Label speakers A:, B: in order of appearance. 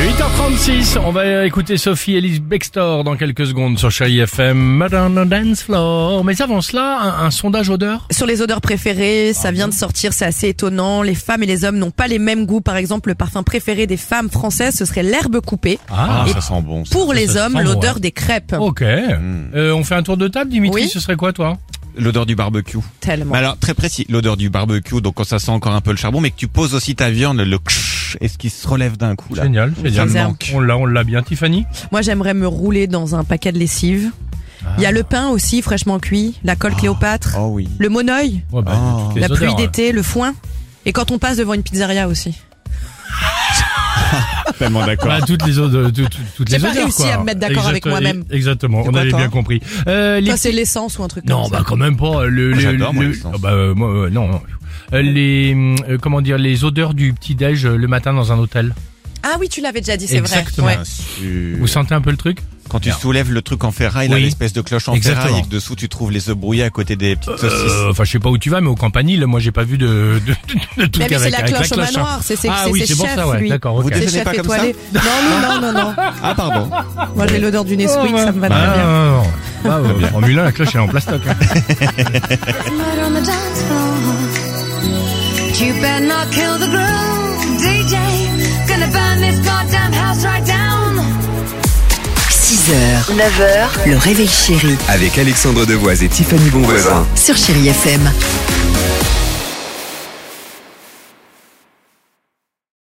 A: Et 8h36, on va écouter Sophie Elise Bextor dans quelques secondes sur Chérie FM, Madonna Dance Floor. Mais avant cela, un, un sondage odeur
B: Sur les odeurs préférées, ça vient de sortir, c'est assez étonnant. Les femmes et les hommes n'ont pas les mêmes goûts. Par exemple, le parfum préféré des femmes françaises, ce serait l'herbe coupée.
A: Ah,
B: Et
C: sent bon.
B: pour les
A: ça
B: hommes,
A: sent
B: l'odeur
A: bon. Oh.
B: des crêpes.
A: Ah, Ok. Euh, on fait un tour de table, Dimitri,
B: Oui.
A: ce serait quoi toi
C: L'odeur du barbecue.
B: Tellement.
C: Mais
A: Bah.
C: alors, très précis, l'odeur du barbecue, donc quand ça sent encore un peu le charbon, mais que tu poses aussi ta viande, le ksh, est-ce qu'il se relève d'un coup là
A: Génial, génial.
B: me
A: Ça
C: manque.
A: On l'a, on l'a bien, Tiffany
B: Moi, j'aimerais me rouler dans un paquet de lessive.
A: Ah.
B: Il y a le pain aussi, fraîchement cuit, la colle Cléopâtre,
C: Oh oui.
B: le monoeil,
A: Ouais, bah,
C: Oh.
A: toutes les
B: la
A: Ah. odeurs,
B: pluie
A: hein.
B: d'été, le foin. Et quand on passe devant une pizzeria aussi.
C: Tellement d'accord.
A: Bah, toutes les odeurs, tout- tout- toutes
B: J'ai
A: les
B: pas
A: odeurs,
B: réussi
A: quoi.
B: à me mettre d'accord avec
A: Exact-
B: moi-même.
A: Exactement,
B: C'est
A: on
B: quoi,
A: avait
B: toi
A: bien compris. Euh,
B: Toi,
A: les-
B: c'est l'essence ou un truc
A: Non,
B: comme
A: bah
B: ça.
A: quand même pas. Le, le-
C: J'adore, moi,
A: le-
C: l'essence.
A: Ah bah, euh, moi, euh, non. non. Euh, les hum, euh, comment dire les odeurs du petit déj le matin dans un hôtel.
B: Ah oui, tu l'avais déjà dit, c'est vrai.
A: Exactement.
B: Ouais.
A: Vous sentez un peu le truc
C: Quand tu soulèves le truc en ferraille, là,
A: Oui.
C: l'espèce de cloche en
A: Exactement.
C: ferraille, et que dessous tu trouves les œufs brouillés à côté des petites saucisses.
A: Euh, Enfin, je sais pas où tu vas, mais au campanile, moi, j'ai pas vu de, de, de, de truc
B: Bah, Mais oui, c'est
A: avec,
B: la
A: avec
B: cloche au
A: hein.
B: manoir, c'est c'est-
A: Ah
B: c'est
A: oui,
B: ses
A: c'est pour
B: chefs,
A: ça, ouais,
B: lui.
A: d'accord,
C: Vous
A: ok.
C: deux,
B: C'est
C: Déjeunez
B: chef
C: pas comme ça
B: étoilé. Non, non, non, non, non.
C: Ah pardon.
B: Moi, j'ai l'odeur du Nesquik, ça me va très
A: Bah,
B: bien.
A: non, non, non. Bah, ouais, Formule 1, la cloche, elle est en plastoc. hein.
D: Murder on the dance floor. But You better not kill the groove, DJ. Gonna burn this goddamn house right down.
E: 6h, 9h, le réveil chéri
F: Avec Alexandre Devoise et Tiffany Bonvoisin.
E: sur Chéri FM.